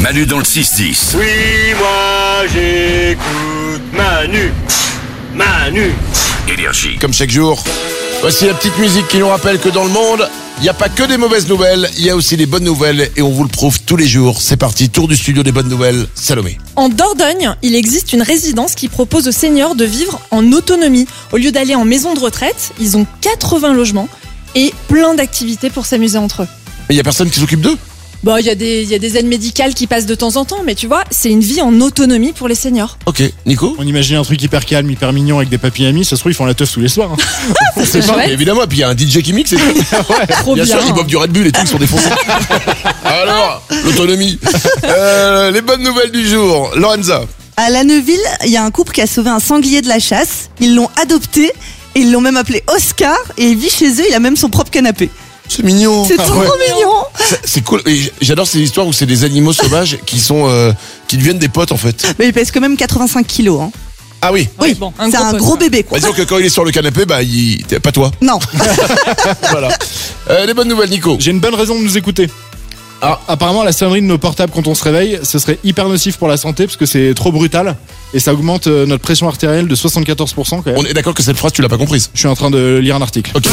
Manu dans le 6-10. Oui, moi j'écoute Manu. Manu. Énergie. comme chaque jour. Voici la petite musique qui nous rappelle que dans le monde, il n'y a pas que des mauvaises nouvelles, il y a aussi des bonnes nouvelles et on vous le prouve tous les jours. C'est parti, tour du studio des bonnes nouvelles, Salomé. En Dordogne, il existe une résidence qui propose aux seniors de vivre en autonomie. Au lieu d'aller en maison de retraite, ils ont 80 logements et plein d'activités pour s'amuser entre eux. Mais il n'y a personne qui s'occupe d'eux Bon, il y, a des- il y a des aides médicales qui passent de temps en temps, mais tu vois, c'est une vie en autonomie pour les seniors. Ok, Nico On imagine un truc hyper calme, hyper mignon avec des papis amis, ça se trouve ils font la teuf tous les soirs. hein. C'est Mais Évidemment, et puis il y a un DJ qui mixe et tout. trop Bien bien. sûr, ils boivent du Red Bull et tout, ils sont défoncés. Alors, l'autonomie. Euh, les bonnes nouvelles du jour, Lorenza. À La Neuville, il y a un couple qui a sauvé un sanglier de la chasse. Ils l'ont adopté et ils l'ont même appelé Oscar et il vit chez eux. Il a même son propre canapé. C'est mignon. C'est Ah trop ouais. mignon. C'est- C'est cool. Et j- J'adore ces histoires où c'est des animaux sauvages qui sont euh, qui deviennent des potes en fait. Mais il pèse quand même 85 kilos. hein. Ah oui. Ouais, bon, un c'est gros un poste, gros ouais. bébé quoi. Bah, disons que quand il est sur le canapé, bah il... t'es pas toi. Non. voilà. Euh, les bonnes nouvelles, Nico. J'ai une bonne raison de nous écouter. Ah. Apparemment, la sonnerie de nos portables quand on se réveille, ce serait hyper nocif pour la santé parce que c'est trop brutal et ça augmente euh, notre pression artérielle de 74% quand même. On est d'accord que cette phrase, tu l'as pas comprise. Je suis en train de lire un article. Ok.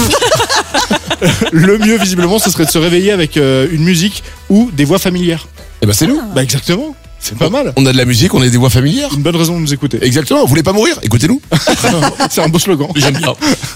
Le mieux, visiblement, ce serait de se réveiller avec euh, une musique ou des voix familières. Eh ben, c'est nous. Bah, exactement. C'est pas mal. On a de la musique, on a des voix familières. Une bonne raison de nous écouter. Exactement. Vous voulez pas mourir Écoutez-nous. c'est un beau slogan. J'aime bien.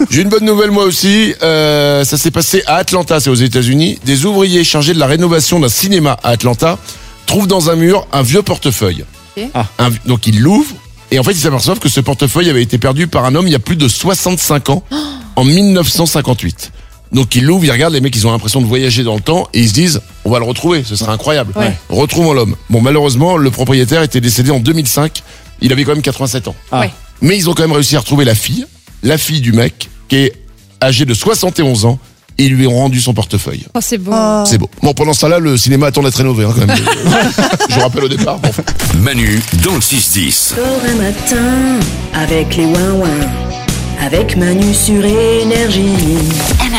J'ai une bonne nouvelle moi aussi. Euh, ça s'est passé à Atlanta, c'est aux États-Unis. Des ouvriers chargés de la rénovation d'un cinéma à Atlanta trouvent dans un mur un vieux portefeuille. Ok. Ah. Un vi- donc ils l'ouvrent et en fait ils s'aperçoivent que ce portefeuille avait été perdu par un homme il y a plus de 65 ans, en 1958. Donc ils l'ouvrent, ils regardent, les mecs ils ont l'impression de voyager dans le temps et ils se disent on va le retrouver, ce sera incroyable. Ouais. Retrouvons l'homme. Bon malheureusement le propriétaire était décédé en 2005, il avait quand même 87 ans. Ah. Ouais. Mais ils ont quand même réussi à retrouver la fille, la fille du mec, qui est âgée de 71 ans, et ils lui ont rendu son portefeuille. Oh, c'est beau. Oh. C'est beau. Bon, pendant ce temps-là, le cinéma attend d'être rénové, hein, quand même. Je vous rappelle au départ. Bon, enfin. Manu dans le 6-10. Pour un matin avec les Wouin Avec Manu sur Énergie. M.